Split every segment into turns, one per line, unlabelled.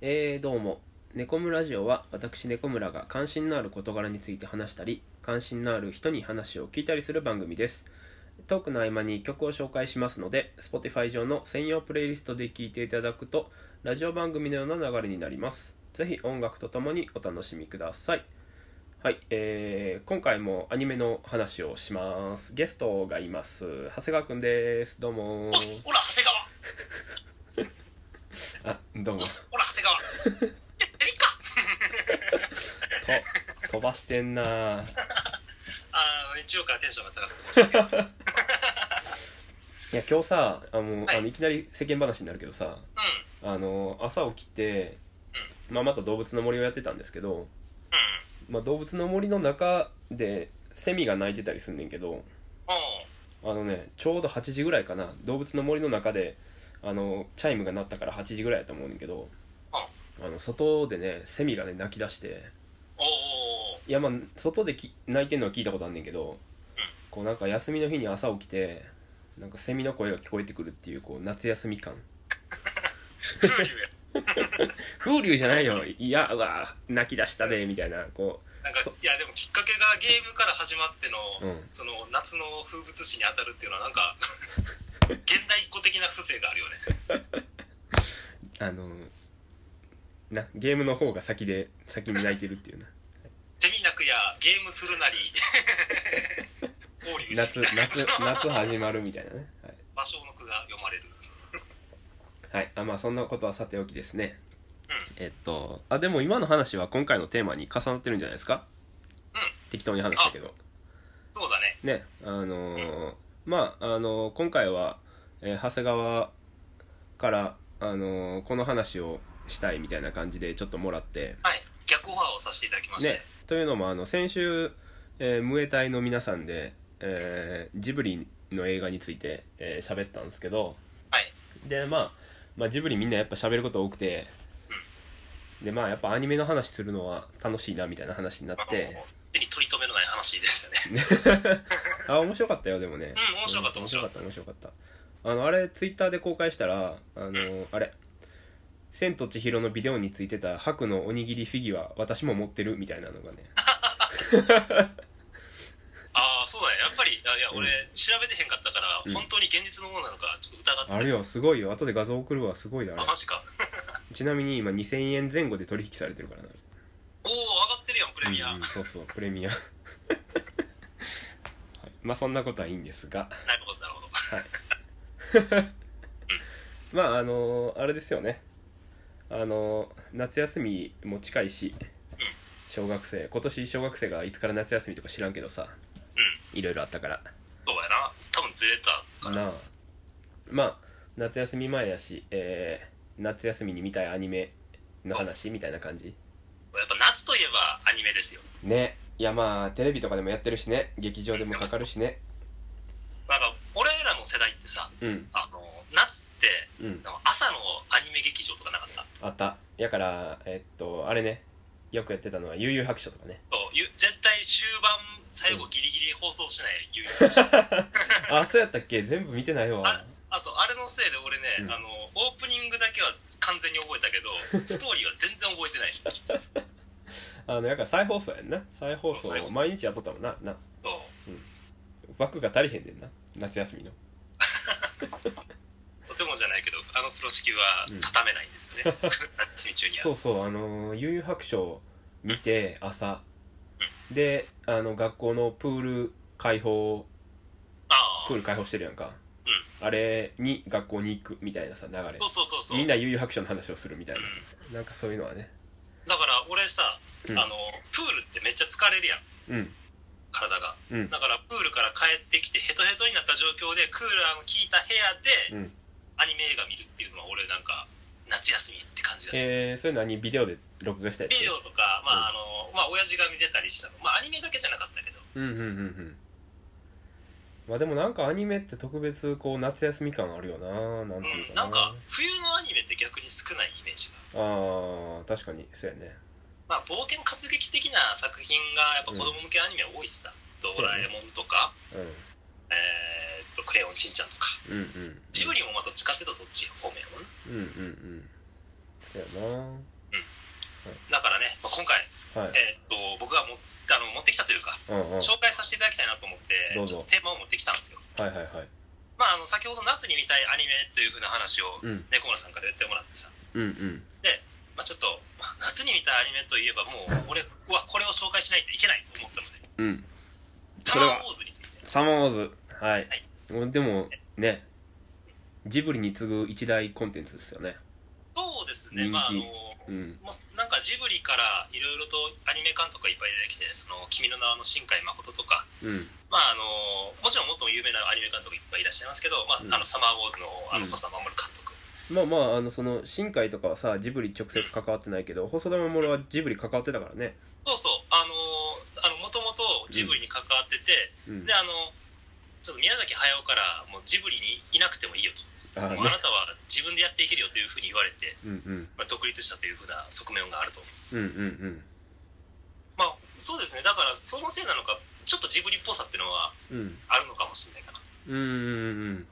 えー、どうも。猫村ラジオは私猫村が関心のある事柄について話したり、関心のある人に話を聞いたりする番組です。トークの合間に曲を紹介しますので、Spotify 上の専用プレイリストで聴いていただくと、ラジオ番組のような流れになります。ぜひ音楽とともにお楽しみください。はい、えー、今回もアニメの話をします。ゲストがいます。長谷川くんです。どうも
おっす、。ほら、長谷川。
あ、どうも
おっ。す、ほら、長谷川。ややりっ か。
と飛ばしてんなぁ
あー、日曜からテンションが高くて申し訳ない。
いや今日さあの、
はい
あのいきなり世間話になるけどさ
うん、
あの朝起きて、まあ、また動物の森をやってたんですけど、
うん、
まあ、動物の森の中でセミが鳴いてたりすんねんけど
おう
あのねちょうど8時ぐらいかな動物の森の中であのチャイムが鳴ったから8時ぐらいだと思うねんけどあの外でねセミがね鳴き出して
おう
いやまあ外でき泣いてるのは聞いたことあんねんけど、こうなんか休みの日に朝起きてなんかセミの声が聞こえてくるっていうこう夏休み感
風流や。
風流じゃないよいやうわ泣き出したでみたいなこ
なんか
そ、
いや、でもきっかけがゲームから始まっての、
う、うん、
その、夏の風物詩に当たるっていうのは、な んか、現代っ子的な風情があるよね。
あのなゲームの方が先で先に泣いてるっていうな
セミなくや、ゲームするな り、交流し
夏夏 夏始まるみたいなねはい、
場所の句が読まれる。
はい、あまあそんなことはさておきですねえっとあでも今の話は今回のテーマに重なってるんじゃないですか、
うん
適当に話したけど
そうだね。
ねあのーまああのー今回は、えー長谷川からあのーこの話をしたいみたいな感じでちょっともらって
はい。逆オファーをさせていただきまして。
ねというのもあの先週、えー、ムエタイの皆さんで、えージブリの映画について喋、えー喋ったんですけど
はい。
で、まあ、まあジブリみんなやっぱ喋ること多くてでまあやっぱアニメの話するのは楽しいなみたいな話になっ
あの、
て
手に取り留めのない話でしたね。
あ面白かったよでもね
うん面白かった
うん面
面
白かっ
白かった
面白かったあのあれツイッターで公開したらあの、あれ「千と千尋のビデオについてた白のおにぎりフィギュア私も持ってる」みたいなのがね
ああ、そうだね。やっぱり、いや、いや
うん
俺、調べてへんかったから、
うん
本当に現実のものなのか、ちょっと疑ってた
あれよすごいよ後で画像送るわすごいだあ
あ、マジか。
れちなみに今2000円前後で取引されてるからな
おお、上がってるやん、プレミア。
うんうんそうそうプレミア はいまあそんなことはいいんですが
なるほど、なるほど。
まああのあれですよねあの夏休みも近いし小学生今年小学生がいつから夏休みとか知らんけどさいろいろあったから
そうやな。多分ずれたかな。
なあまあ夏休み前やし、えー夏休みに見たいアニメの話みたいな感じ
やっぱ夏といえばアニメですよ。
ねいやまあテレビとかでもやってるしね劇場でもかかるしね
なんか、俺らの世代ってさ、
うん
あの、夏って、
うん
なんか朝のアニメ劇場とかなかった。
あったやからえっとあれねよくやってたのは悠々白書とかね
そう、ゆ絶対終盤、最後ギリギリ放送しない、言う
あそうやったっけ全部見てないわ
あ、そう、あれのせいで俺ね、
うん
あの、オープニングだけは完全に覚えたけど、ストーリーは全然覚えてない。
あのやから再放送やんな再放送
再放送
毎日やっとったもんなな
そう。
枠が足りへんねんな夏休みの
とてもじゃないけど、あの風呂敷は
うん
固めないんですよね。 夏休み中には。。
そううそうあのー悠々白書見て朝であの学校のプール開放
ああ
プー。ル開放してるやんか、あれに学校に行くみたいなさ流れ
そうそうそうそう。
みんな悠々白書の話をするみたいななんかそういうのはね
だから俺さ、
うん
あの、プールってめっちゃ疲れるやん、
うん
体が。
うん
だからプールから帰ってきてヘトヘトになった状況で、クーラーの効いた
う
部屋で
ん
アニメ映画見るっていうのは俺なんか、夏休みって感じだし。
えー、そういうの何ビデオで録画したやつ
ビデオとか、まあ、あの、まあ、親父が見てたりしたの。まあ、アニメだけじゃなかったけど。、
うんうんうんうんまあでもなんかアニメって特別こう夏休み感あるよななんていううんかな,、
なんか、冬のアニメって逆に少ないイメージが。
ああ確かにそうやね
まあ、冒険活劇的な作品がやっぱ子供向けアニメ多いしさ、ドラえもんとか、えーっとクレヨンしんちゃんとか
うんうんうん
ジブリもまた使ってたそっち方面はね
うんうんうんそうや
だからね、まあ、今回、
なはい
えーっと僕がもあの持ってきたというか
うんうんはい
紹介させていただきたいなと思って
どう
ち
ぞ
ょっとテーマを持ってきたんですよ
はいはい
まああの先ほど夏に見たいアニメというふうな話を
うん
猫村さんから言ってもらってさ、
うんうん
まあ、ちょっと、まあ、夏に見たいアニメといえばもう俺はこれを紹介しないといけないと思ったので
うんそ
サ
れ
マ
は
ーウォーズについて
サマーウォーズはい、でもねジブリに次ぐ一大コンテンツですよね
そうですね
人気
まああの
うん
もうなんかジブリからいろいろとアニメ監督がいっぱい出てきて「その君の名は」の新海誠とか、
うん
まあ、あのもちろんもっと有名なアニメ監督いっぱいいらっしゃいますけど「まあ
うん
あのサマーウォーズの」あの
うん
細田守監督、
まあまああのその新海とかはさジブリ直接関わってないけど細田守はジブリ関わってたからね
そうそうあのあのもともとジブリに関わってて、
うん
であのちょっと宮崎駿からもうジブリにいなくてもいいよと、
あ
もうあなたは自分でやっていけるよというふうに言われて、
うんうん
まあ、独立したというふうな側面があると
うんうん
まあそうですねだからそのせいなのかちょっとジブリっぽさっていうのは
うんうん
あるのかもしれないかな
うんうん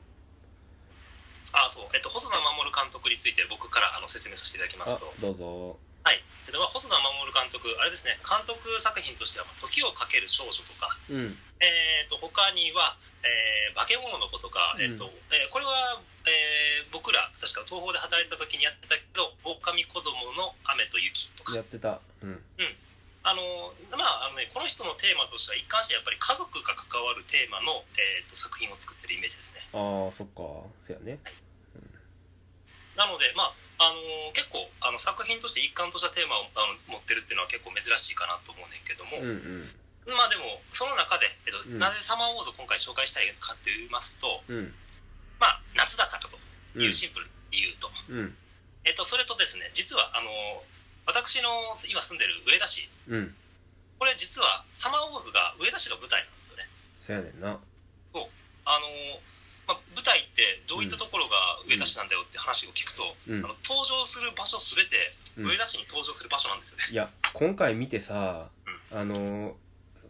あそう、えっと、細田守監督について僕からあの説明させていただきま
あ
すと、
どうぞ
はいえっとまあ、細田守監督、あれですね、監督作品としては、まあ時をかける少女とか、
うん
えっと他には、えー化け物の子とか、えっと
うん
えーこれは、えー僕ら、確か東宝で働いてた時にやってたけど、狼子供の雨と雪とか
や、ってたうん
あのまああのね、この人のテーマとしては、一貫してやっぱり家族が関わるテーマの、えっと作品を作ってるイメージですね。
ああそっかそやね
なので、まああのー結構あの作品として一貫としたテーマをあの持ってるっていうのは結構珍しいかなと思うねんけど
う
も、
んうん
まあでもその中で、えっと
うん
なぜ「サマーウォーズ」を今回紹介したいかって言いますと、
うん
まあ、夏だからと
う
い
ん
うシンプルに言うと,、
うん
えっとそれとですね実はあのー私の今住んでる上田市
うん
これ実は「サマーウォーズ」が上田市が舞台なんですよね。
そやねんな
あのーまあ、舞台ってどういったところが上田市なんだよって話を聞くと、
うん
あの登場する場所すべて
うん
上田市に登場する場所なんですよね。
いや今回見てさあの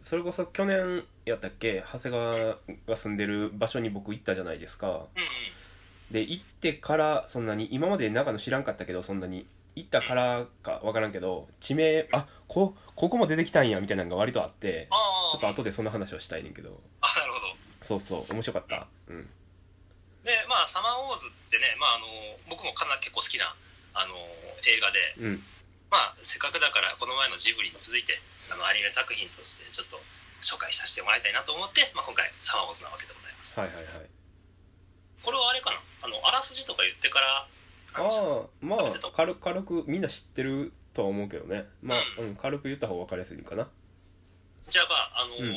それこそ去年やったっけ長谷川が住んでる場所に僕行ったじゃないですか
うんうん
で行ってからそんなに今まで長野知らんかったけどそんなに行ったからか分からんけど地名あこここも出てきたんやみたいなのが割とあって
あ
ちょっと後でその話をしたいねんけど
ああなるほど
そうそう面白かったうん
でまあ「サマーウォーズ」ってね、まあ、あの僕もかなり結構好きなあの映画で、
うん
まあ、せっかくだからこの前のジブリに続いてあのアニメ作品としてちょっと紹介させてもらいたいなと思って、まあ、今回「サマーウォーズ」なわけでございます
はいはいはい
これはあれかなあのあらすじとか言ってから
ああまあ
食べてた
軽軽くみんな知ってるとは思うけどねまあ、うん、軽く言った方が分かりやすいかな
じゃあまああの、
うん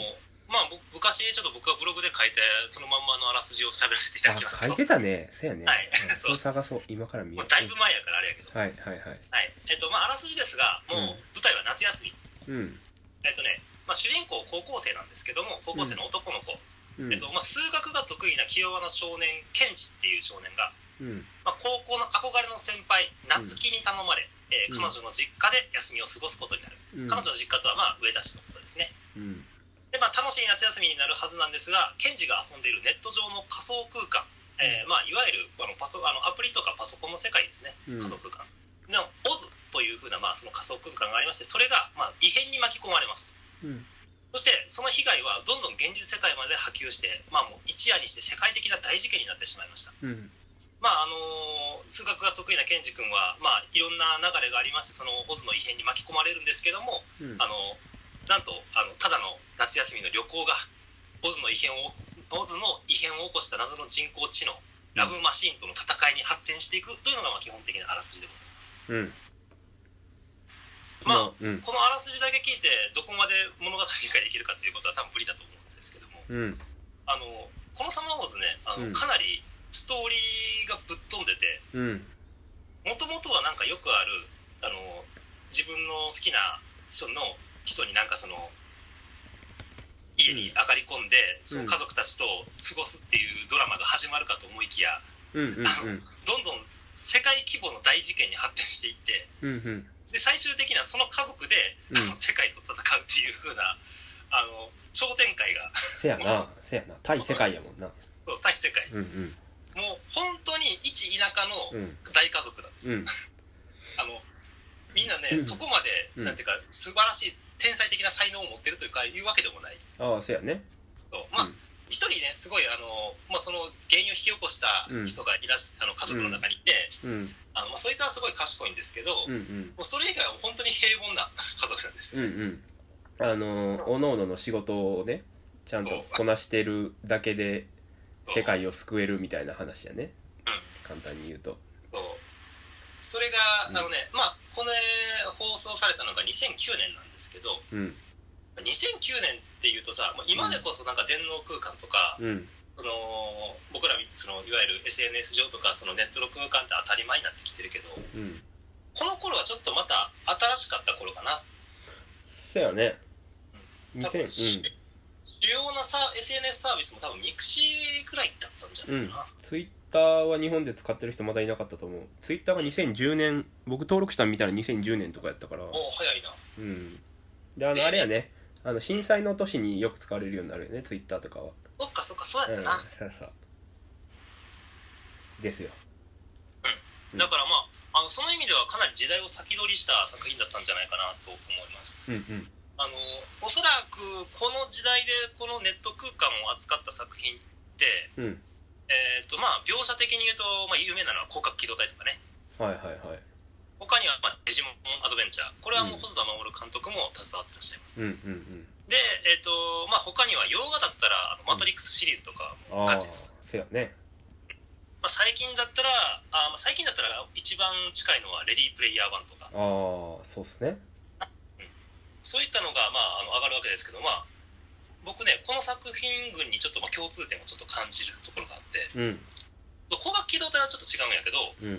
まあ、僕昔ちょっと僕がブログで書いてそのまんまのあらすじを喋らせていただきま
あ
す
書い
と
てたねせやね、
はい
うん そ
そう
れ探そう今から見よう
もうだいぶ前やからあれやけど、
はいはいはい
はいえっとまあ、あらすじですがもう舞台は夏休み、
うん
えっとね、まあ、主人公高校生なんですけども高校生の男の子、
うん
えっとまあ、数学が得意な気弱な少年ケンジっていう少年が、
うん
まあ、高校の憧れの先輩夏希に頼まれ、え
うん
ー彼女の実家で休みを過ごすことになる、
うん
彼女の実家とはまあ上田市のことですね
うん
で、まあ、楽しい夏休みになるはずなんですがケンジが遊んでいるネット上の仮想空間、えーまあ、いわゆるあのパソあのアプリとかパソコンの世界ですね
うん
仮想空間、の OZ というふうな、まあ、その仮想空間がありましてそれが、まあ、異変に巻き込まれます
うん
そしてその被害はどんどん現実世界まで波及して、まあ、もう一夜にして世界的な大事件になってしまいました、
うん
まああのー数学が得意なケンジ君は、まあ、いろんな流れがありましてそのオズの異変に巻き込まれるんですけども、
うん
あのなんとあのただの夏休みの旅行がオズの異変をオズの異変を起こした謎の人工知能ラブマシーンとの戦いに発展していくというのがまあ基本的なあらすじでございます
うんう
まあ
ん
このあらすじだけ聞いてどこまで物語が理解できるかっていうことは多分無理だと思うんですけども
うん
あのこの「サマーウォーズね」あの、
うん
かなりストーリーがぶっ飛んでて
うん
もともとはなんかよくあるあの自分の好きな人の人になんかその家に上がり込んで、その家族たちと過ごすっていうドラマが始まるかと思いきや
うんうん
どんどん世界規模の大事件に発展していって
うんうんうん
で最終的にはその家族で、
うん
あの 世界と戦うっていう風なあの商店会が
せやなせやな対世界やもんな
そう対世界
うんうん
もう本当に一田舎
う
の
ん
大家族なんです
う
よ、
ん
あのみんなね、
うん
そこまで、
うん
なんていうか、素晴らしい、天才的な才能を持ってるというか、いうわけでもない。
ああそうやね
そうまあ、
うん
一人ね、すごい、あの、まあ、その、原因を引き起こした人がいらし、あの、家族の中にいて、
うん
あの、まあ、そいつはすごい賢いんですけど、
うん
も
うん
うそれ以外は本当に平凡な 家族なんです
う
よ。
んうんあのおのおのの仕事をねちゃんとこなしてるだけで世界を救えるみたいな話やね簡単に言うと
そう。それが、
うん
あのね、まあ、この放送されたのが2009年なんですけど、
うん
2009年っていうとさ、もう今でこそなんか電脳空間とか、
うん
その僕らそのいわゆる SNS 上とかそのネットの空間って当たり前になってきてるけどこ
うん
の頃はちょっとまた新しかった頃かな
そうやね
多分主
2000
主要なさ SNS サービスも多分ミクシーぐらいだったんじゃ
うんう
ない
ん
かな、
ツイッターは日本で使ってる人まだいなかったと思うツイッターが2010年僕登録したの見たら2010年とかやったから
おお早いな
うんであのあれやねあの震災の年によく使われるようになるよねツイッターとかは
そっかそっかそう
う
や
ん
っ
そ
た
う
な、
そうですようん
だからまああのその意味ではかなり時代を先取りした作品だったんじゃないかなと思います
うんうん
あのおそらくこの時代でこのネット空間を扱った作品って
うん
えっ、とまあ描写的に言うと、まあ、有名なのは広角機動隊とかね
はいはいはい
他には、まあ、デジモンアドベンチャー。これはもう細田守監督も携わってらっしゃいます。
うんうんうん
で、えっ、と、まあ、他には洋画だったら、あのマトリックスシリーズとか
あ
も
あ
ガチです。
そうやね
まあ、最近だったら、あまあ、最近だったら一番近いのはレディープレイヤー1とか、
ああそうっすね
そういったのが、まあ、あの、上がるわけですけど、まあ、僕ね、この作品群にちょっと、まあ、共通点をちょっと感じるところがあって、
うん
工学機動隊はちょっと違うんやけど、
うん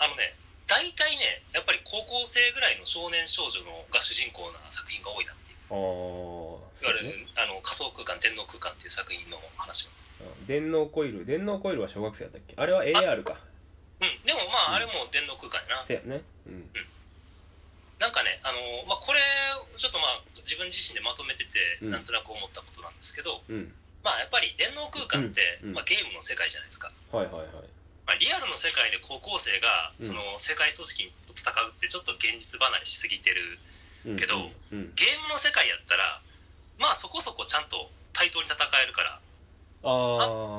あのね、大体ね、やっぱり高校生ぐらいの少年少女のが主人公な作品が多いなっていう。
ああそ
いわ
う
ゆ
ね
る、あの仮想空間天皇空間っていう作品の話も
うん電脳コイル電脳コイルは小学生やったっけあれは AR か
うんでもま
うん
あ、あれも天皇空間やな
そうやねうん
なんかねあの、まあ、これちょっとまあ自分自身でまとめてて
うん
なんとなく思ったことなんですけど、
うん
まあやっぱり天皇空間って、
うんうん
まあ、ゲームの世界じゃないですか、
はいはいはい
まあ、リアルの世界で高校生が
うん
その世界組織と戦うってちょっと現実離れしすぎてる
うん
けど
うん
ゲームの世界やったらまあそこそこちゃんと対等に戦えるから
ああ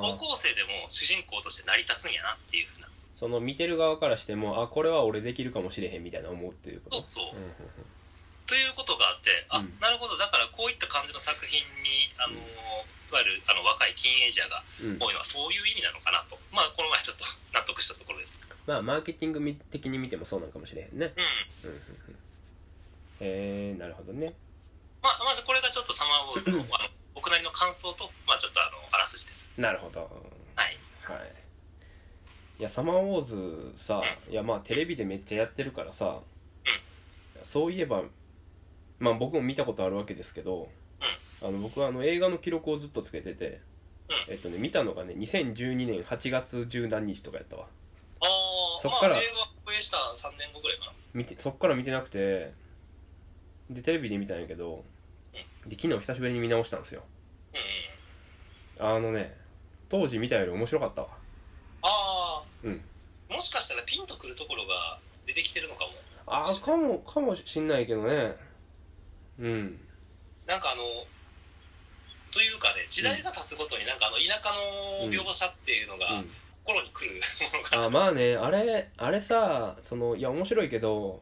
高校生でも主人公として成り立つんやなっていうふうな
その見てる側からしてもあこれは俺できるかもしれへんみたいな思うっていうこと
そうそう、
うんうんうん
ということがあってあ、
うん
なるほどだからこういった感じの作品にあの、いわゆるあの若いティーンエイジャーが
うん
多いのはそういう意味なのかなとまあこの前ちょっと納得したところです
まあマーケティング的に見てもそうなんかもしれへんね
うん
うんうんうんえー、なるほどね
まあまずこれがちょっとサマーウォーズのあの僕なりの感想とまあちょっとあのあらすじです
なるほど
はい
はいいやサマーウォーズさいやまあテレビでめっちゃやってるからさそういえばまあ僕も見たことあるわけですけどあの僕はあの映画の記録をずっとつけててえっとね見たのがね2012年8月十何日とかやったわ
ああ
そっから
まあ映画を映した3年後ぐらいかな
見てそっから見てなくてでテレビで見たんやけどで昨日久しぶりに見直したんですよ
うんうん
あのね当時見たより面白かったわ
ああ
うん
もしかしたらピンとくるところが出てきてるのかも
ああかもかもしんないけどねうん
なんかあの、というかね、時代が経つごとになんかあの田舎の描写っていうの
う
が
ん
心に来るものが、
あまあねあれあれさそのいや面白いけど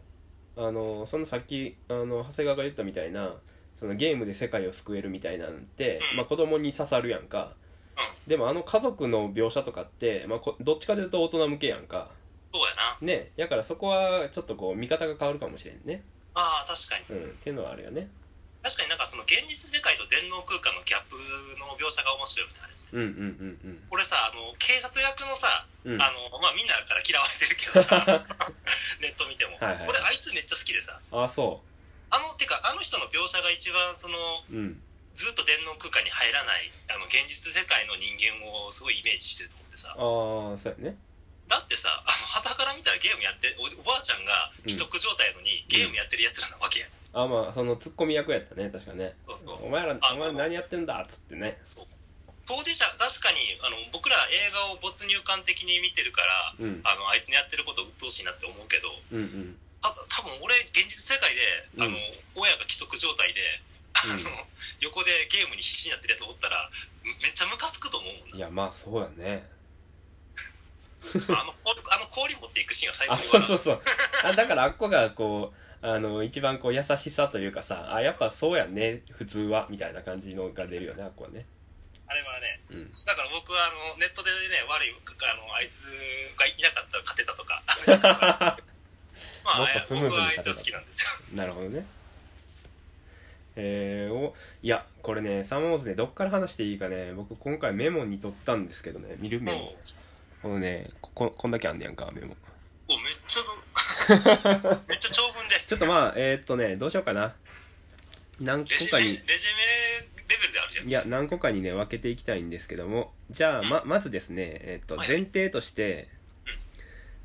あのそのさっきあの長谷川が言ったみたいなそのゲームで世界を救えるみたいなんて、
うん
まあ、子供に刺さるやんか、でもあの家族の描写とかって、まあ、こどっちかというと大人向けやんか
そうやな。
ねだからそこはちょっとこう見方が変わるかもしれんね
ああ、確かに。
うんっていうのはあるよね
確かになんかその現実世界と電脳空間のギャップの描写が面白いよね。あれ
うんうんうん
これさ、あの、警察役のさ、
うんうん
あの、まあみんなから嫌われてるけ どさ、ネット見ても。
はいはい
俺あいつめっちゃ好きでさ、
あそ
あの、てかあの人の描写が一番その、
ううん
ずっと電脳空間に入らない、あの、現実世界の人間をすごいイメージしてると思ってさ、
ああそうやね
だってさ、あの、傍から見たらゲームやって、おおばあちゃんが
うん
既得状態やのに、ゲームやってる奴らなわけやん。
あまあそのツッコミ役やったね確かね
そうそう。
お前ら
あ
お前ら何やってんだっつってね
そう。当事者、確かに、あの、僕ら映画を没入感的に見てるから、
うん
あの、あいつにやってること鬱陶しいなって思うけど、
うんうん
た多分俺現実世界で、
うん
あの親が既得状態で、あ
うん
の横でゲームに必死になってるやつおったらめめっちゃムカつく と思うもん
い
な
やまあそうやね
あの氷あの氷持っていくシーンは最
あそ
高
う
だ
そ
な
うそうあだからあっこがこうあの一番こう優しさというかさあやっぱそうやね普通はみたいな感じのが出るよねあっこはね
あれはね
うん
だから僕はあのネットでね悪いあのあいつがいなかったら勝てたとか ま
も
あ
っとスムーズに勝てた
僕はあいつは好きなんですよ
なるほどねえー、おいやこれねサマーウォーズねどっから話していいかね僕今回メモに取ったんですけどね見るメモ
も
このねこここんだけあんねやんかメモ
うおめっち ゃのめっちゃ長文で
ちょっとまあえー、っとねどうしようかな何個
レジュ
か
メ
に
レジュメレベルであるじゃん
いや何個かにね分けていきたいんですけどもじゃあままずですね、えっと
はい
前提として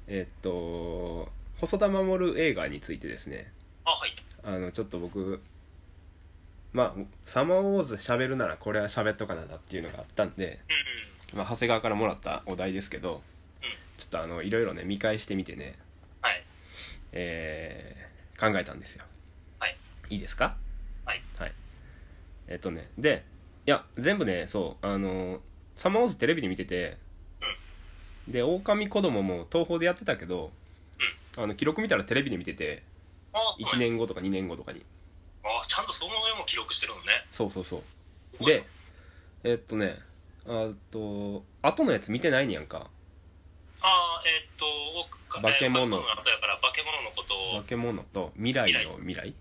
うん
えっと細田守映画についてですね
あはい
あのちょっと僕まあサマーウォーズ喋るならこれは喋っとかななっていうのがあったんで、
うん
まあ、長谷川からもらったお題ですけど、
うん
ちょっとあのいろいろね見返してみてね、
はい
えー考えたんですよ
はい
いいですか
はい、
えっとねでいや全部ねそうあのサマーウォーズテレビで見てて、で狼子供も東宝でやってたけど、あの記録見たらテレビで見てて
あはい
1年後とか2年後とかに
あちゃんとその上も記録してるのね
そうそうそう
はい
でえっとねあと後のやつ見てないねやんか
ああえーっと僕が
化け物
えー化の後やから化け物のこと
化
を
け物と未来の未来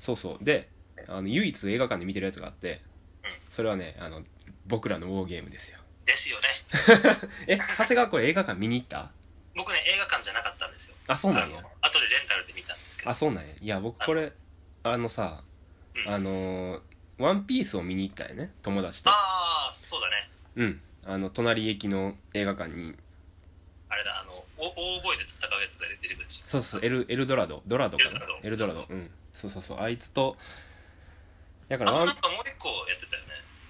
そうそうであの唯一映画館で見てるやつがあって
うん
それはねあの僕らのウォーゲームですよ
ですよね
え長谷川これ映画館見に行った
僕ね映画館じゃなかったんですよ
あそうなんや
あの後でレンタルで見たんですけど
あそうなんやいや僕これあのさあのーワンピースを見に行ったんやね友達と
ああそうだね
うんあの隣駅の映画館に
あれだあのお大声で戦うやつで出てくるし
そうそうエルエルドラドドラドかなエル
エル
ド
ド
ラ
ラ
ド
ド
うんそうそうそうあいつとだか
あ
らワ
と
ン
なんかもう一個やってたよね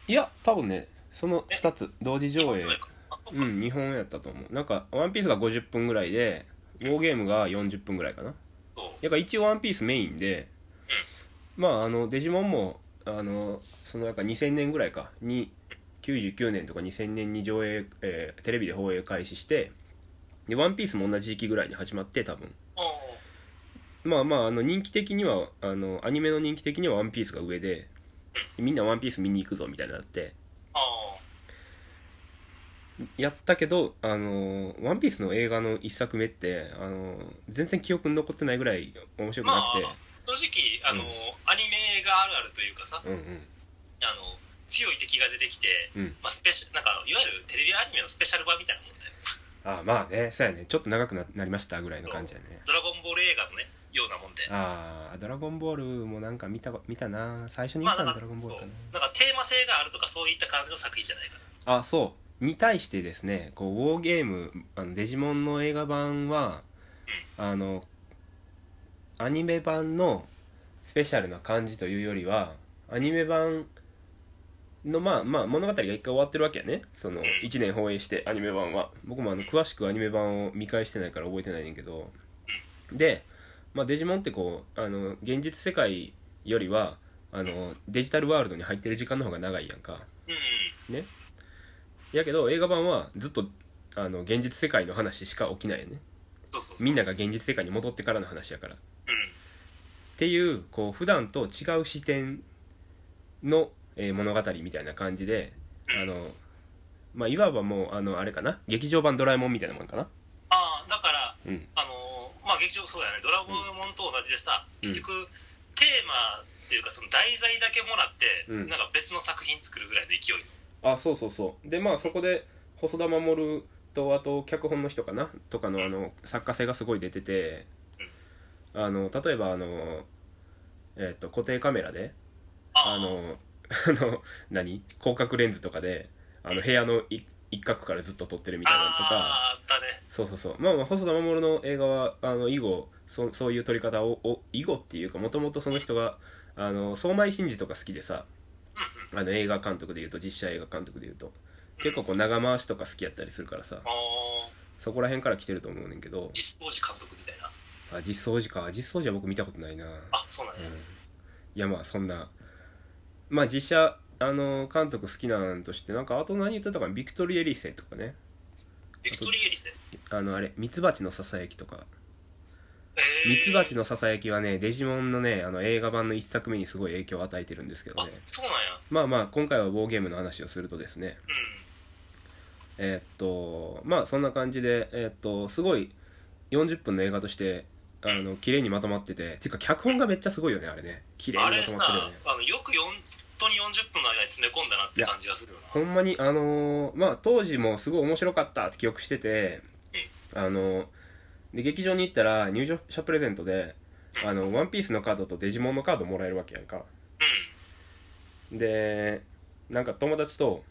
いや多分ねその2つ同時上映
日本かあそう
う
か、
ん日本やったと思うなんか「ワンピースが50分ぐらいで「ウォーゲームが40分ぐらいかな
そう
だから一応「ワンピースメインでまああのデジモンもあのそのなんか2000年ぐらいかに99年とか2000年に上映、えーテレビで放映開始してで「ワンピースも同じ時期ぐらいに始まって多分
おー
まあまああの人気的にはあのアニメの人気的には「ワンピースが上でみんな「ワンピース見に行くぞみたいになって
あ
やったけど「あのーワンピースの映画の一作目って、あのー全然記憶に残ってないぐらい面白くなくて、
まあー正直あの、
うん
アニメがあるあるというかさ
うんうん
あの強い敵が出てきて、
うん
まあ、スペシャなんかいわゆるテレビアニメのスペシャル版みたいなもんだよ
ああまあねそうやねちょっと長くななりましたぐらいの感じやね
ドラゴンボール映画のねようなもんで
ああドラゴンボールもなんか見たこ見たな最初に見
まあ
たの
だか
ド
ら
ラゴンボー
そ
ル
う
かな
なんかテーマ性があるとかそういった感じの作品じゃないかな
あそうに対してですねこうウォーゲームあのデジモンの映画版はあのアニメ版のスペシャルな感じというよりはアニメ版のまあまあ物語が一回終わってるわけやねその1年放映してアニメ版は僕もあの詳しくアニメ版を見返してないから覚えてないねんけどで、まあ、デジモンってこうあの現実世界よりはあのデジタルワールドに入ってる時間の方が長いやんか。
うんうん
やけど映画版はずっとあの現実世界の話しか起きないよね
そうそうそう
みんなが現実世界に戻ってからの話やからっ
うん
ていうこう普段と違う視点の、えー物語みたいな感じで
うん
あの、まあ、いわばもうあのあれかな劇場版ドラえもんみたいなもんかな
ああだから
うん
あのーまあ劇場そうだよねドラゴンボールと同じでさ、
うん
結局テーマっていうかその題材だけもらって、
うん
なんか別の作品作るぐらいの勢いの
あそうそうそうでまあそこで細田守とあと脚本の人かなとかのあの作家性がすごい出ててあの例えばあの、えっと固定カメラで
あ
あ
あ
の、あの、何広角レンズとかで、あの、部屋のい一角からずっと撮ってるみたいなのとか、
あーあったね
そうそうそう。まあまあ、細田守の映画は、あの、以後、そそういう撮り方を、お以後っていうか、もともとその人が、あの、相米真司とか好きでさ、
うんうん
あの、映画監督で言うと、実写映画監督で言うと、結構こう、長回しとか好きやったりするからさ、
あー
そこら辺から来てると思うねんけど、
実装時監督みたいな
あ実掃除か実掃除は僕見たことないな
あ、そうなん
う
や。
んいやまあそんなまあ実写あの監督好きなんとしてなんかあと何言ってたかなビクトリー・エリセとかね
ビクトリー・エリセ。
あのあれミツバチのささやきとか
えー
ミツバチのささやきはねデジモンのねあの映画版の一作目にすごい影響を与えてるんですけど
あ
ね、
そうなんや。
まあまあ今回はボーゲームの話をするとですね
う
えーっとまあそんな感じでえーっとすごい40分の映画としてあの綺麗にまとまっててていうか脚本がめっちゃすごいよねあれね綺麗
ん。あ
に
れ
まとまってるよ
さ
ね、
あのよくよん本当に40分の間に詰め込んだなって感じがするよ
ほんまにあのーまあ当時もすごい面白かったって記憶しててあのーで劇場に行ったら入場者プレゼントで「あのワンピースのカードとデジモンのカードもらえるわけやんか
な。
でなんか友達と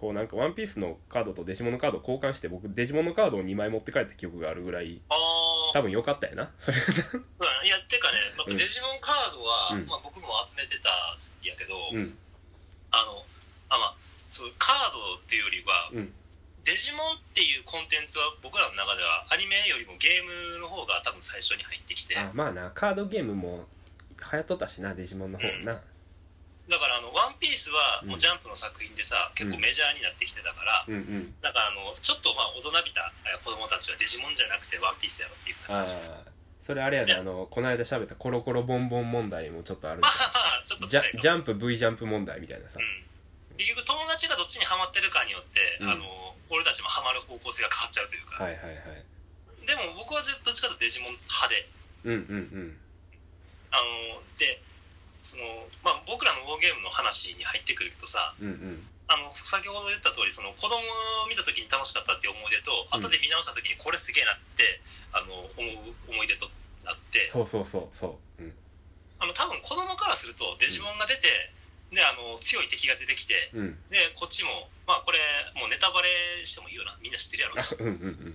こうなんかワンピースのカードとデジモンのカードを交換して僕デジモンのカードを2枚持って帰った記憶があるぐらい
うん。ああ、
多分良かったやなそれ
そうだね。いや、てかね、まあ
うん
デジモンカードは、
うん
まあ、僕も集めてたんやけど、
うん
あの、あ、まあ、そう、カードっていうよりは、
うん
デジモンっていうコンテンツは僕らの中ではアニメよりもゲームの方が多分最初に入ってきて、
あまあなカードゲームも流行っとったしなデジモンの方な
だからあの、ワンピースは
うん
もうジャンプの作品でさ、結構メジャーになってきてたから、
うんうん
だからあの、ちょっとまあ大人びたえ子供たちはデジモンじゃなくてワンピースやろっていう
あ
感じ。
あそれあれやであのこの間喋ったコロコロボンボン問題もちょっとある
まあ、ちょっと
ジ
近
ャ
い
ジ
か
ャ
も。
ンプ V ジャンプ問題みたいなさ
うん。結局友達がどっちにハマってるかによって、
うん
あの、俺たちもハマる方向性が変わっちゃうというか。
はいはいはい
でも僕はどっちかというとデジモン派で。
うんうん
あのでその、まあ、僕らのウォーゲームの話に入ってくるとさ
うんうんうん
あの先ほど言った通りその子供を見た時に楽しかったっていう思い出と、
うん
後で見直した時にこれすげえなってあの思う思い出とあって
そうそうそうそううん
あの多分子供からするとデジモンが出て、であの強い敵が出てきて
うん
でこっちも、まあ、これもうネタバレしてもいいよなみんな知ってる やろうし
あうんうんうん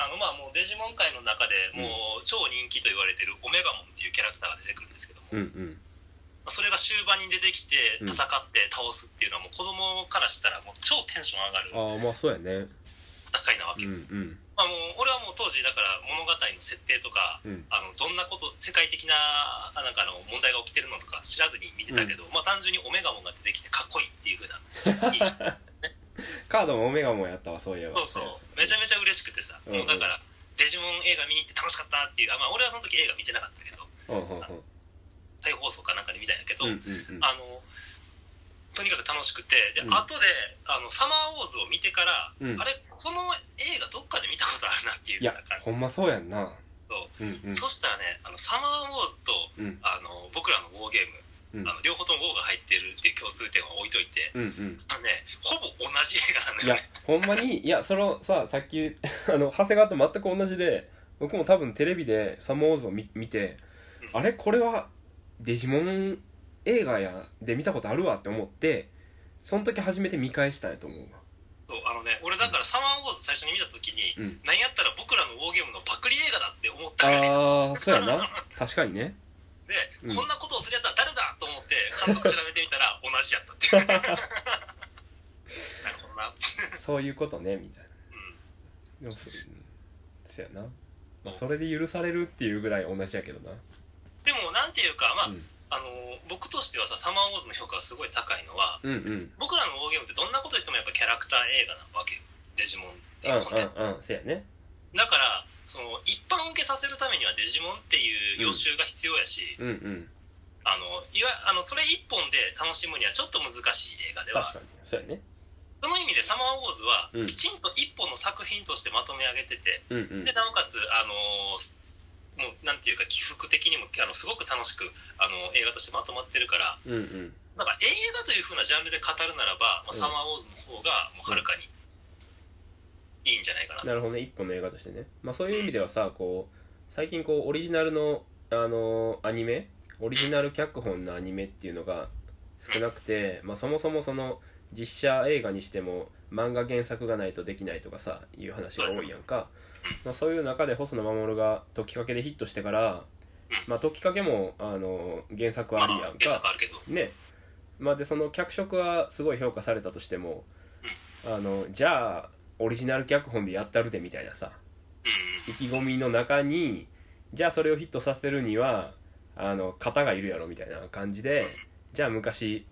あの、まあ、もうデジモン界の中でもう超人気と言われてるオメガモンっていうキャラクターが出てくるんですけども。
うんうん
それが終盤に出てきて
うん
戦って倒すっていうのはもう子供からしたらもう超テンション上がる
ああまあそうやね
戦いなわ
う
け、
んうん
まあ、もう俺はもう当時だから物語の設定とか
うん
あのどんなこと世界的なあなんかあの問題が起きてるのとか知らずに見てたけど、まあ、単純にオメガモンが出てきてかっこいいっていうふう ないい
カードもオメガもやったわそういえば
そうそうめちゃめちゃ嬉しくてさ、
うんうん
もうだからデジモン映画見に行って楽しかったっていうあ、まあ、俺はその時映画見てなかったけど
うんうんうん
再放送かなんかで見たんやけど、
うんうんうん
あのとにかく楽しくて
う
で、
ん
後であの「サマーウォーズ」を見てから、
うん
あれこの映画どっかで見たことあるなっていう
い
よう
や
な感じ
ほんまそうやんな
と、
うんうん
そしたらねあの「サマーウォーズと」
うん
あの僕らのウォーゲーム、
うん
あの両方ともウォーが入ってるっていう共通点は置いといて、
うんうん
あのね、ほぼ同じ映画なんだ
い
よ
や
ね。
ほんまにいやそのささっき あの長谷川と全く同じで僕も多分テレビでサモーズを見見て
うん
あれこれはデジモン映画やで見たことあるわって思ってその時初めて見返したんやと思うわ
そうあのね俺だから「サマーウォーズ」最初に見た時に、
うん
なんやったら僕らのウォーゲームのパクリ映画だって思ったぐらい
ああそうやな確かにね
で、
うん
こんなことをするやつは誰だと思って監督調べてみたら同じやったってい うなるほどな、 う、
そういうことねみたいなんでもそううんそうやな、まあ、それで許されるっていうぐらい同じやけどな
でもなんていうか、まあ
うん
あの僕としてはさ「サマーウォーズ」の評価がすごい高いのは
うんうん
僕らのウォーゲームってどんなこと言ってもやっぱキャラクター映画なわけよデジモンっていうコンテンツ、
うんうんうんそうやね
だからその一般受けさせるためにはデジモンっていう予習が必要やし、
うんうん
あのいわあのそれ一本で楽しむにはちょっと難しい映画ではある
確かにそうやね
その意味で「サマーウォーズ」は
うん
きちんと一本の作品としてまとめ上げてて、
うんうん
でなおかつ、あのーすもうなんていうか起伏的にもあのすごく楽しく、あの映画としてまとまってるから
うんうん
だから映画という風なジャンルで語るならば、まあ
うん
サマーウォーズの方がもうはるかにいいんじゃないかな、
なるほどね一本の映画としてね、まあ、そういう意味ではさこう最近こうオリジナルの、あのアニメオリジナル脚本のアニメっていうのが少なくて、まあ、そもそもその実写映画にしても漫画原作がないとできないとかさいう話が多いやんか、まあ、そういう中で細野守が「時きかけ」でヒットしてから、まあ、時きかけも、あの原作
ま
あ
あ
りやんか、
原作あるけど
ねまあでその脚色はすごい評価されたとしてもあのじゃあオリジナル脚本でやったるでみたいなさ
うん
意気込みの中にじゃあそれをヒットさせるにはあの型がいるやろみたいな感じでじゃあ昔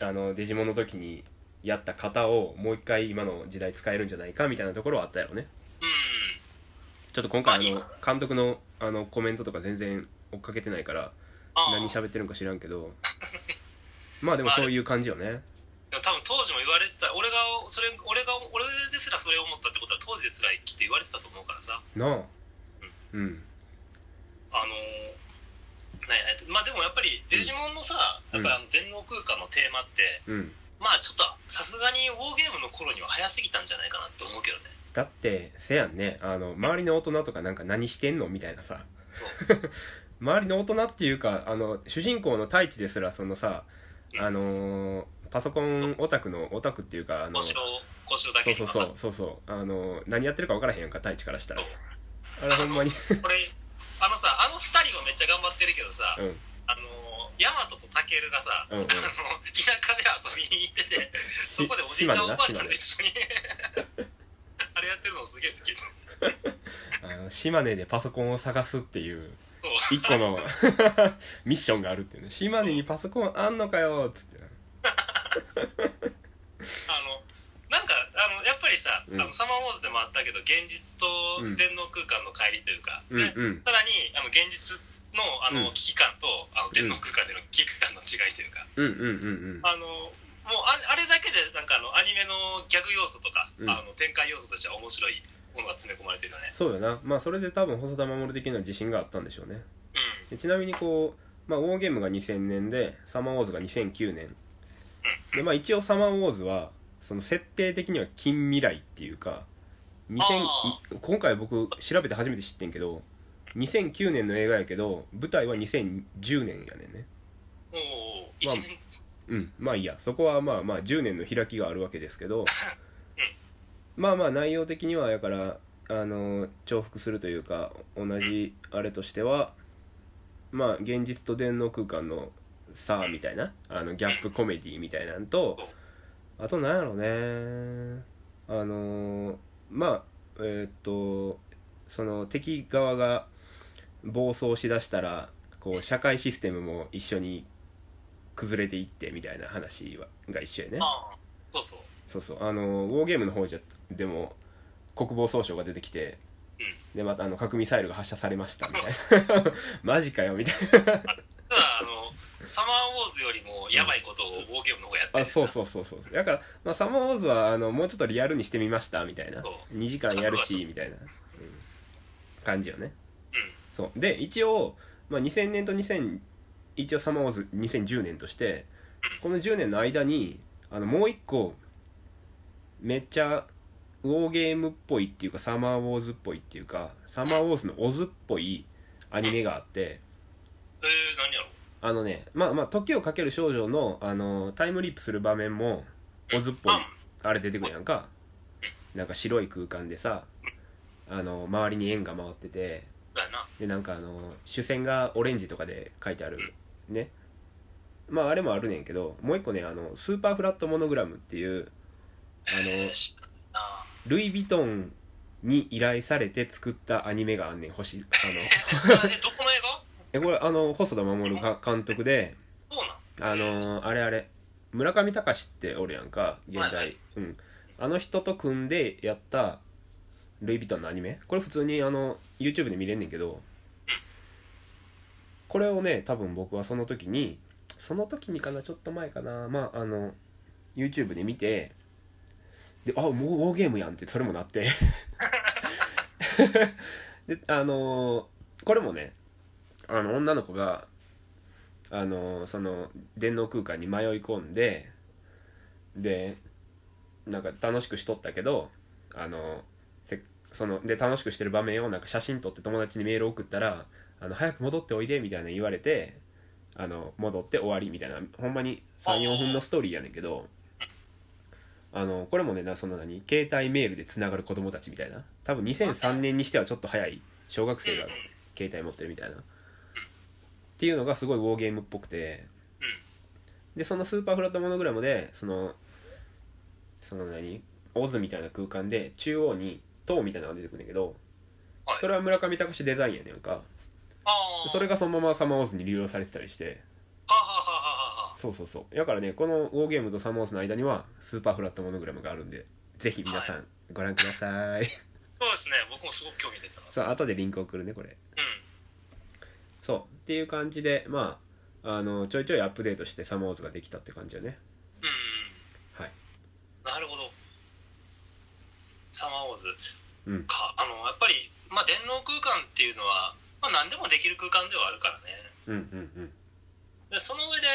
あのデジモンの時にやった型をもう一回今の時代使えるんじゃないかみたいなところはあったやろね
うん。
ちょっと今回
まあ
あの監督のあのコメントとか全然追っかけてないから
ああ。
何喋ってるんか知らんけどまあでもそういう感じよね
でも多分当時も言われてた俺がそれ俺が俺ですらそれを思ったってことは当時ですらきっと言われてたと思うからさ
なあうん
あのーなんやえっとまあでもやっぱりデジモンのさ、
うん
やっぱりあの電脳空間のテーマって
うん
まあちょっとさすがにウォーゲームの頃には早すぎたんじゃないかなって思うけどね
だってせやんねあの周りの大人とかなんか何してんのみたいなさ 周りの大人っていうかあの主人公の太一ですらそのさあのーパソコンオタクのオタクっていうかあの
交渉交渉だ
そ
け
う
に
そうそう
任せて
そうそうあの何やってるか分からへんやんか太一からしたらあれほんまに
これあのさあの二人はめっちゃ頑張ってるけどさ、
うん
あのーヤマトとタケルがさ、
うんうん
あの田舎で遊びに行っててそ
し
こでおじいち
島
ゃ
で
んおば
な
あち
島
ゃ
で
んと一緒に あれやってるのすげえ好き
あの島根でパソコンを探すっていう
そう
一個 のミッションがあるっていうね島根にパソコンあんのかよっつって
あのなんかあのやっぱりさ、
うん
あのサマーウォーズでもあったけど現実と
うん
電脳空間の乖離というか、
うん
で
うん
さらにあの現実のあの、
うん
危機感とあの電脳空間での危機感の違いというか、
うんうんうん
あのもうああれだけでなんかあのアニメのギャグ要素とか、
うん
あの展開要素としては面白いものが詰め込まれてるよね。
そうよなまあそれで多分細田守的な自信があったんでしょうね
う
で
ん
ちなみにこう、まあ、ウォーゲームが2000年でサマーウォーズが2009年で、まあ、一応サマーウォーズはその設定的には近未来っていうか2000
あ
今回僕調べて初めて知ってんけど2009年の映画やけど舞台は2010年やねんね
もう一年、
うんまあいいやそこはまあまあ10年の開きがあるわけですけどまあまあ内容的にはやからあの重複するというか同じあれとしてはまあ現実と電脳空間の差みたいなあのギャップコメディみたいなんとあとなんやろねあのまあえーっとその敵側が暴走しだしたらこう社会システムも一緒に崩れていってみたいな話はが一緒やね
ああそうそう
そうそうあのウォーゲームの方じゃでも国防総省が出てきて、でまたあの核ミサイルが発射されましたみたいな マジかよみたい
ただあのサマーウォーズよりもやばいことをウォーゲームの方がやって
なあ
る
そうそうそうそうだから、まあ、サマーウォーズはあのもうちょっとリアルにしてみましたみたいな
そう
2時間やるしみたいな、うん感じよね
うん
そうで一応、まあ、2000年と2000一応サマーウォーズ2010年としてこの10年の間にあのもう一個めっちゃウォーゲームっぽいっていうかサマーウォーズっぽいっていうかサマーウォーズのオズっぽいアニメがあって
えー、何やろ
あのねまあまあ「時をかける少女の」あのタイムリープする場面もオズっぽい
あ
あれ出てくるやんかなんか白い空間でさあの周りに円が回ってて
だよな
でなんかあの主戦がオレンジとかで書いてあるねまああれもあるねんけどもう一個ねあのスーパーフラットモノグラムっていう
えー
あ
知らないな
のルイ・ヴィトンに依頼されて作ったアニメがあんねん星あの
えどこの映画
えこれあの細田守が監督で
そうなん
あのあれあれ村上隆っておるやんか現
はいは
代うんあの人と組んでやったルイ・ヴィトンのアニメこれ普通にあの YouTube で見れんねんけどこれをね多分僕はその時にその時にかなちょっと前かなまああの YouTube で見てであもうウォーゲームやんってそれもなって であのこれもねあの女の子があのその電脳空間に迷い込んででなんか楽しくしとったけどあのせそので楽しくしてる場面をなんか写真撮って友達にメール送ったら「あの早く戻っておいで」みたいな言われてあの戻って終わりみたいなほんまに34分のストーリーやねんけどあのこれもねなその何携帯メールでつながる子供たちみたいな多分2003年にしてはちょっと早い小学生が携帯持ってるみたいなっていうのがすごいウォーゲームっぽくて、でそのスーパーフラットモノグラムでそのその何オズみたいな空間で中央に塔みたいなのが出てくるんだけど、
はい
それは村上隆デザインやねんか
ああ。
それがそのままサマーウォーズに流用されてたりして
はあはあはあはあはあ。
そうそうそうだからねこの「ウォーゲーム」と「サマーウォーズ」の間にはスーパーフラットモノグラムがあるんでぜひ皆さんご覧ください
そうですね。僕もすごく興味出てたな。
さあ後でリンク送るねこれ
うん。
そうっていう感じでまああのちょいちょいアップデートしてサマーウォーズができたって感じよね
うん。
はい
なるほど。サマーウォーズ
うん
か。あの、やっぱり、まあ、電脳空間っていうのは、まあ、何でもできる空間ではあるからね。
うんうん
でその上で、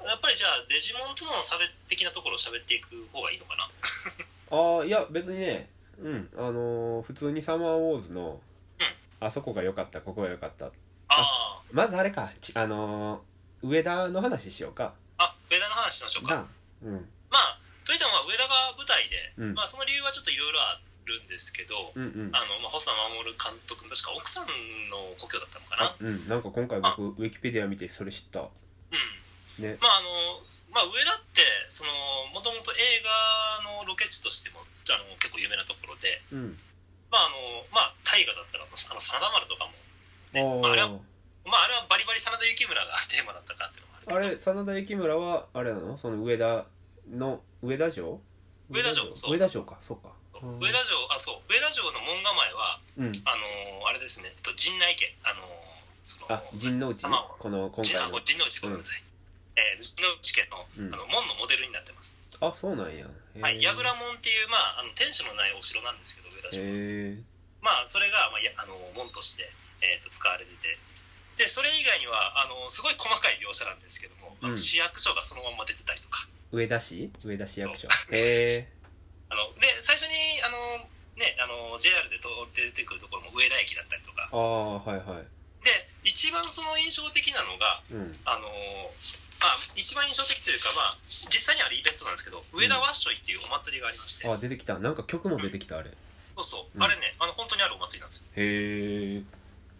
まあ、やっぱりじゃあ、デジモンとの差別的なところを喋っていく方がいいのかな。
うんああいや別にねうんあのー普通にサマーウォーズの
うん
あそこが良かったここが良かった
あ
まずあれかちあのー上田の話しようか
あ。あ、上田の話しましょうか。
なうん
まあ、といっても、まあ上田が舞台で、
うん
まあ、その理由はちょっといろいろあるんですけど、
うんうん
あの、まあ、細田守監督の、確か奥さんの故郷だったのかな。
あうんなんか今回僕ウィキペディア見てそれ知った
うん
ね
まああのまあ上田ってそのもともと映画のロケ地としてもあの結構有名なところで
うん
まああのまあ大河だったらあの真田丸とかも、
あ
ねまあ、あれは
ー
まああれはバリバリ真田幸村が テーマだったかっていうのもあるけ
あ
ど
れ真田幸村はあれなのその上田の上田城
上田城そう
上田城かそうかうん
上田城あそう上田城の門構えは
うん
あのあれですね、えっと、陣内家あのその
あ陣の内
あの
この今
陣
回
あ
の
陣内ごめんなさい、えー陣内家の,、
うん
あの門のモデルになってます、
あそうなんやへー
はい、矢倉門っていう、まあ、あの天守のないお城なんですけど上田城は
へ
まあ、それが、まあ、やあの門として、えー、と使われててでそれ以外にはあのすごい細かい描写なんですけども、あ
う
の
ん
市役所がそのまま出てたりとか
ー上田市上田市役所へ
あので最初にあの、ね、あの JR でと出てくるところも上田駅だったりとか
ーああはいはい
で一番その印象的なのが
うん
あの、まあ、一番印象的というか、まあ、実際にあるイベントなんですけど上田和イっていうお祭りがありまして、
あ出てきたなんか曲も出てきたあれへ
そうそう、
うん
あれねあの本当にあるお祭りなんですよ
え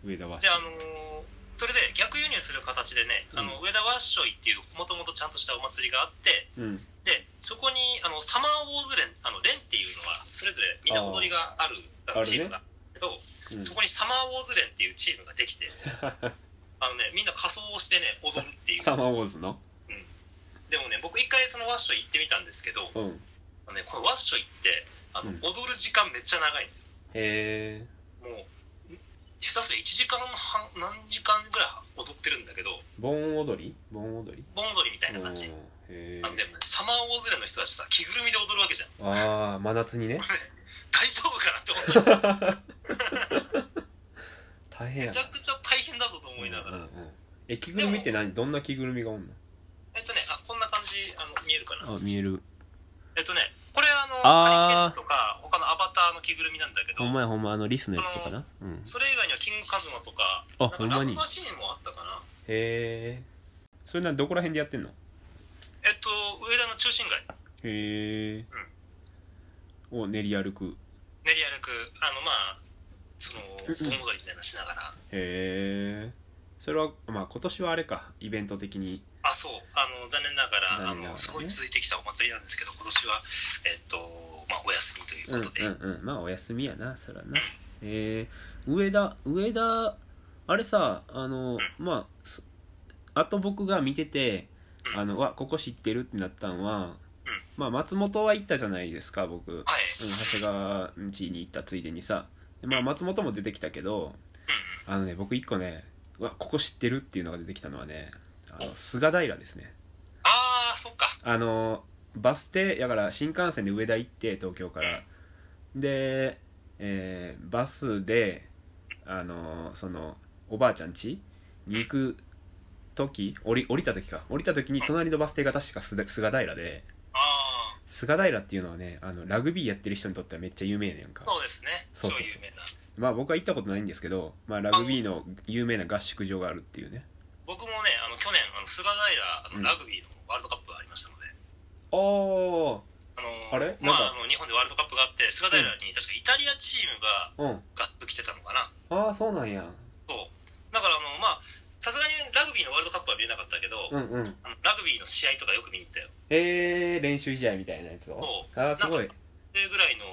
上田和
であのーそれで逆輸入する形でね、
うん
あの上田和尚っていうもともとちゃんとしたお祭りがあって
うん
でそこにあのサマーウォーズ連あの連っていうのはそれぞれみんな踊りがある
あー
あのチームがけど、
うん
そこにサマーウォーズ連っていうチームができてあのねみんな仮装をしてね踊るっていう
サマーウォーズの
でもね僕一回その和尚行ってみたんですけど、
うん
あのね、この和尚行ってあの、
うん
踊る時間めっちゃ長いんですよ
へえ
もうん下手すり1時間半何時間ぐらい踊ってるんだけど
盆踊り盆踊り
盆踊りみたいな
うん
感じ、
へ
あのでもねサマーウォーズ連の人たちさ着ぐるみで踊るわけ じゃん
ーああ真夏にね
大丈夫かなって思った
大変
め
や
ちゃくちゃ大変だぞと思いながら、
うんうんうんえ着ぐるみって何どんな着ぐるみがおんの
えっとねあこんな感じあの見えるかな
あ見える
えっとねこれあの
あー
カリケンジとか他のアバターの着ぐるみなんだけど
ほんまやほんまあのリスのやつとかなうん
それ以外にはキングカズマとか
あ
なん
ほ
か
ん
ラ
ま
ブ
に
マシーンもあったか
へ
な
えそれなんどこら辺でやってんの
えっと上田の中心街
へえ、を練り歩く
練り歩くあのまあその盆踊りみたいなのしながら
へえそれはまあ今年はあれかイベント的に
あそうあの残念ながら
残念ながらね
あのすごい続いてきたお祭りなんですけど今年はえっとまあお休みという
うん
ことで、
うんうんまあお休みやなそらなえー、上田上田あれさあのまあすあと僕が見てて
うん
あのわここ知ってるってなったんは
うん
まあ松本は行ったじゃないですか僕、うん、
はい
長谷川ん家に行ったついでにさでまあ松本も出てきたけどあのね僕一個ねわここ知ってるっていうのが出てきたのはねあの菅平ですね
ああそっか
あのバス停やから新幹線で上田行って東京からで、えーバスであのそのおばあちゃん家に行く時降り降りた時か降りた時に隣のバス停が確かす菅平で
ああ
菅平っていうのはねあのラグビーやってる人にとってはめっちゃ有名やねんか
そうですね
そうそうそう
超有名な
まあ僕は行ったことないんですけど、まあ、ラグビーの有名な合宿場があるっていうね
僕もねあの去年あの菅平あ
う
の
ん
ラグビーのワールドカップがありましたので、
ああ
あの
あれな
ま
ん
あ
か
あの日本でワールドカップがあって菅平に確かイタリアチームが
うん
ガッと来てたのかな
ああそうなんや
そうだからあのまあさすがにラグビーのワールドカップは見えなかったけど、
うんうん
あのラグビーの試合とかよく見に行ったよ
えー、練習試合みたいなやつを
そう
ああすごい
それぐらいの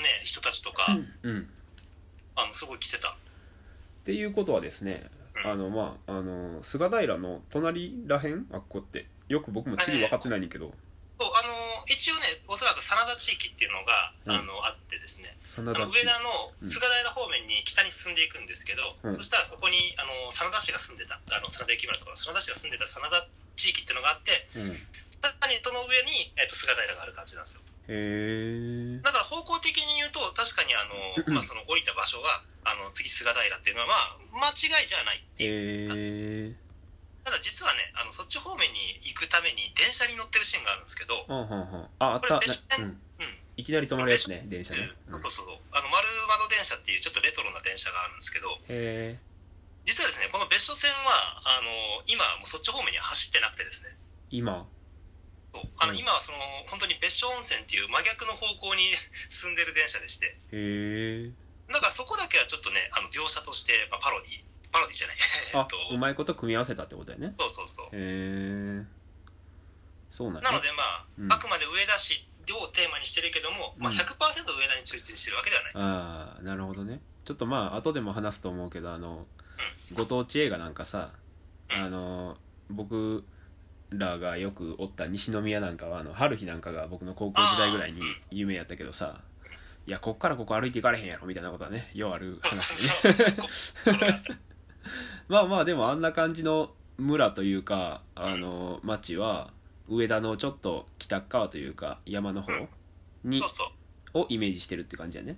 ね人たちとか、
うん
あのすごい来てた
でっていうことはですねあのまああの菅平の隣らへんあっこってよく僕も地理分かってないねんけど
そうあの一応ねおそらく真田地域っていうのが、
うん
あのあってですね
真
あ
田
の
地
上田の菅平方面に北に進んでいくんですけど、
うん
そしたらそこにあの真田氏が住んでたあの真田幸村とか真田氏が住んでた真田地域っていうのがあって
うんへ
さらにその上に、えっと菅平がある感じなんですよ
え
だから方向的に言うと確かにあの、まあ、その降りた場所があの次菅平っていうのは、まあ、間違いじゃないって
へ
いう
え
ただ実はねあのそっち方面に行くために電車に乗ってるシーンがあるんですけど、
はんはんはんああった
これ別
なう
に
ん
うん、
いきなり止まるやつね電車ね
うんそうそうそうそうあの丸窓電車っていうちょっとレトロな電車があるんですけど
うんへえ
実はですねこの別所線はあの今はもうそっち方面には走ってなくてですね
今
そうあの、
うん
今はその本当に別所温泉っていう真逆の方向に進んでる電車でして
へえ
だからそこだけはちょっとねあの描写として、まあ、パロディパロディじゃない え
あ
っと
うまいこと組み合わせたってことやね
そうそうそう
へえそうなんや
なのでまあ、
うん
あくまで上田市をテーマにしてるけども、まあ、
うん
100%上田に忠実にしてるわけではない、
ああなるほどねちょっとまあ後でも話すと思うけどあのご当地映画なんかさあの僕らがよくおった西宮なんかはあの春日なんかが僕の高校時代ぐらいに夢やったけどさいやこっからここ歩いていかれへんやろみたいなことはねようある
そう
話でね
そうそうそう
まあまあでもあんな感じの村というかあの町は上田のちょっと北側というか山の方に
そうそう
をイメージしてるって感じやね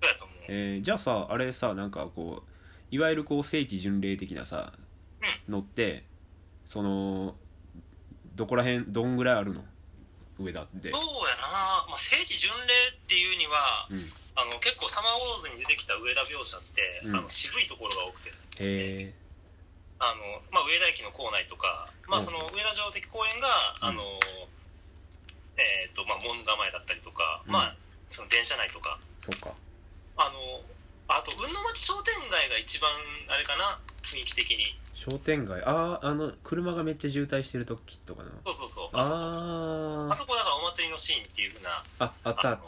そうやと思う
えーじゃあさあれさなんかこういわゆるこう聖地巡礼的なさのってそのどこら辺どんぐらいあるの上田って
そうやな、まあ、聖地巡礼っていうには
うんへ
あの結構サマーウォーズに出てきた上田描写って、
うん
あの渋いところが多くて
え
あの、まあ、上田駅の構内とか、まあ、
うん
その上田城跡公園が、
うん
あのえっ、とまあ門構えだったりとか、
うん
まあその電車内とか
そっか
あのあと雲の町商店街が一番あれかな雰囲気的に
商店街あああの車がめっちゃ渋滞してる時とかな
そうそうそうあそこ
あ
あそこだからお祭りのシーンっていうふうな
あああったあった
とこ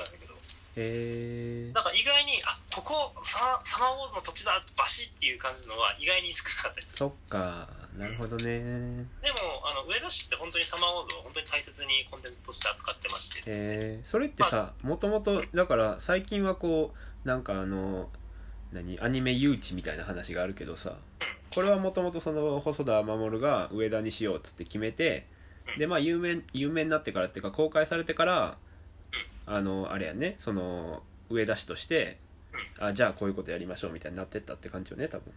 ろだけど
へえ
なんか意外にあここササマーウォーズの土地だバシッっていう感じのは意外に少なかったです
そっかなるほどね
でもあの上田市って本当にサマーウォーズを本当に大切にコンテンツとして扱ってまして、
えーそれってさもともとだから最近はこうなんかあの何アニメ誘致みたいな話があるけどさこれはもともとその細田守が上田にしようっつって決めてでまあ有名有名になってからっていうか公開されてからあのあれやねその上田市としてあじゃあこういうことやりましょうみたいになってったって感じよね多分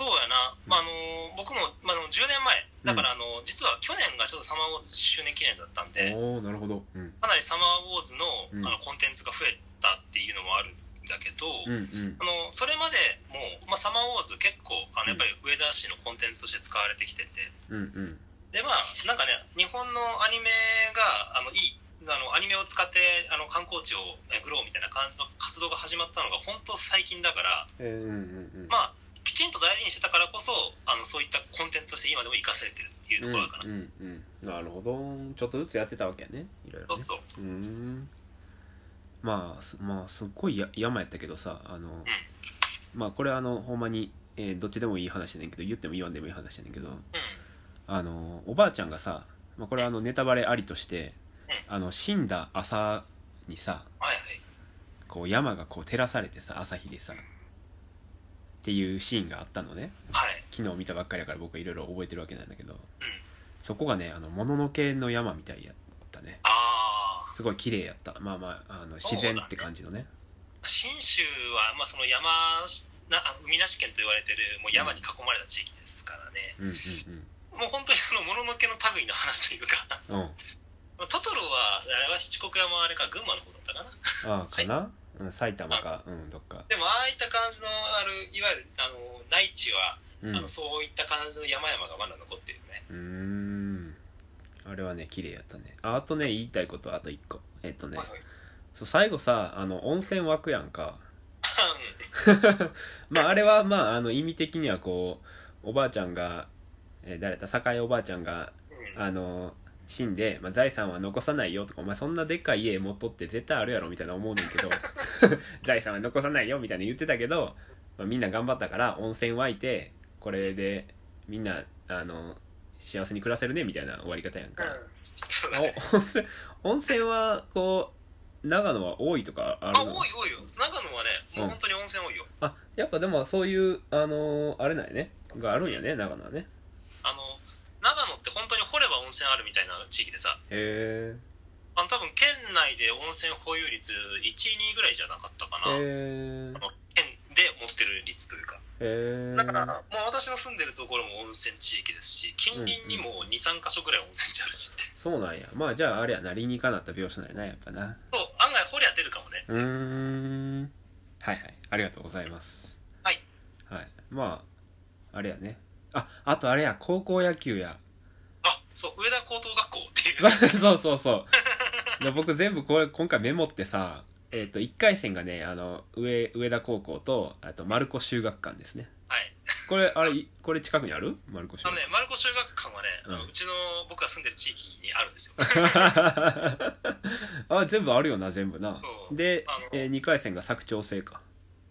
そうやな、まあ、あの僕も、まあ、あの10年前だから、あの実は去年がちょっとサマーウォーズ周年記念だったんで
おおなるほど、うん、
かなりサマーウォーズの
うん
あのコンテンツが増えたっていうのもあるんだけど、
うんうん
あのそれまでもう、まあ、サマーウォーズ結構あのやっぱり上田市のコンテンツとして使われてきてて
うんうん
でまあなんかね日本のアニメがあのいいあのアニメを使ってあの観光地を巡ろうみたいな感じの活動が始まったのが本当最近だから
えーうんうんうん
まあきちんと大事にしてたからこそあのそういったコンテンツとして今でも活かされてるっていうところかな、
うんうんうんなるほどちょっとずつやってたわけやねいろいろね
そうそう
うーんまあすまあすっごいや山やったけどさあのまあこれはあのほんまに、えーどっちでもいい話やねんけど言っても言わんでもいい話やねんけど
うん
あのおばあちゃんがさ、まあ、これはあのネタバレありとしてあの死んだ朝にさ
はいはい
こう山がこう照らされてさ朝日でさっていうシーンがあったのね
はい
昨日見たばっかりやから僕はいろいろ覚えてるわけなんだけど
うん
そこがねあのもののけの山みたいやったね
ああ
すごい綺麗やったまあまああの自然って感じのね
信州は、まあ、その山なあ海なし県と言われてるもう山に囲まれた地域ですからね
うんうん
もう本当にそのもののけの類の話というか
うんうん
トトロはあれは七国山はあれか群馬の方だったかな
ああかな、うん、埼玉かうんどっか
でもああいった感じのあるいわゆるあの内地は、
うん
あ
う
のそういった感じの山々がまだ残ってるよね
ーんあれはね綺麗やったねああとね言いたいことあと一個えっとね
はいはい
そう最後さあの温泉湧くやんか
うん
まああれはまああの意味的にはこうおばあちゃんが、えー誰だ栄おばあちゃんが
うん
あの死んで、まあ、財産は残さないよとかお前そんなでっかい家 持っとって絶対あるやろみたいな思うねんけど財産は残さないよみたいな言ってたけど、まあ、みんな頑張ったから温泉湧いてこれでみんなあの幸せに暮らせるねみたいな終わり方やんか、
そうだね
あ温泉温泉はこう長野は多いとかある
あ、
の
多い多いよ。長野はね、もう本当に温泉多いよ。
あやっぱでもそういうあのーあれなんやねがあるんやね長野はね
あの、長野って本当に掘れば温泉あるみたいな地域でさ、
へ
あの多分県内で温泉保有率1位、2位ぐらいじゃなかったか
え
な。
へ
あの県で持ってる率というか。
えへえ
だから、まあ私の住んでるところも温泉地域ですし、近隣にも2、3カ所ぐらい温泉地あるしって。
そうなんやまあじゃああれやな理にかなった描写なんやなやっぱな
そう、案外掘りゃ出るかもね。
うーんはいはいありがとうございます
はい
はいまああれやねああとあれや高校野球や
あ、そう、上田高等学校っていう。
そうそう そうで僕全部これ今回メモってさえっ、と1回戦がねあの上上田高校とあと丸子修学館ですね
はい。
これあれいこれ近くにある丸子修
あ
学
の
館
ね、丸子中学館はね、あの
うん
うちの僕が住んでる地域にあるんですよ。
あ全部あるよな全部な
そう
で
あの、
えー、2回戦が佐久長聖か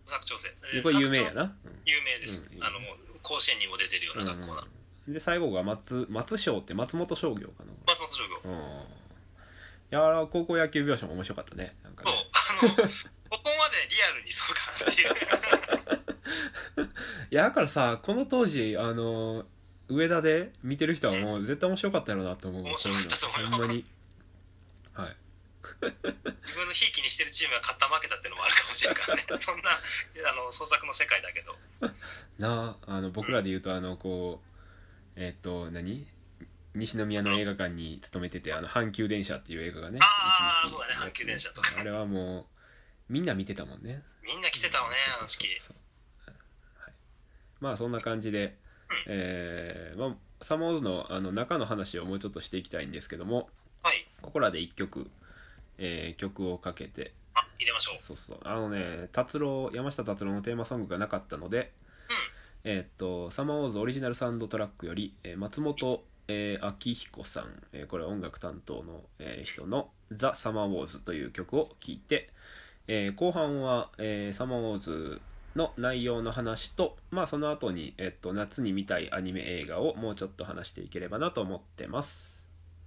佐久長聖。
これ有名や
な
な、
有名です、
うん
あのもう甲子園にも出てるよう
う
なん学校なの、
うん、で最後が松松商って松本商業かな
松本商業
うんいやあれは高校野球描写も面白かったねなんか
そう
ね
あのここまでリアルにそうかなっていう
いやだからさこの当時あのー上田で見てる人はもう絶対面白かったやろうなと思う
面白かったと思うよ
ほんまにはい
自分のひいきにしてるチームが勝った負けたっていうのもあるかもしれないか らねそんなあの創作の世界だけど
なああの僕らで言うとあのこうえっ、と何西宮の映画館に勤めててあの阪急電車っていう映画がね
あー
一時期
そうだね阪急電車とか
あれはもうみんな見てたもんね
みんな来てたわねあの
そうそう
時期
そうはいまあそんな感じで、えーまあ、サモーズのあの中の話をもうちょっとしていきたいんですけども
はい
ここらで1曲、えー曲をかけて
あ入れましょう
そうそうあのね達郎山下達郎のテーマソングがなかったので、えーっとサマーウォーズオリジナルサウンドトラックより、えー松本、えー明彦さん、えーこれは音楽担当の、えー人の「ザ・サマーウォーズ」という曲を聴いて、えー後半は、えーサマーウォーズの内容の話と、まあ、その後に、えーっと夏に見たいアニメ映画をもうちょっと話していければなと思ってます。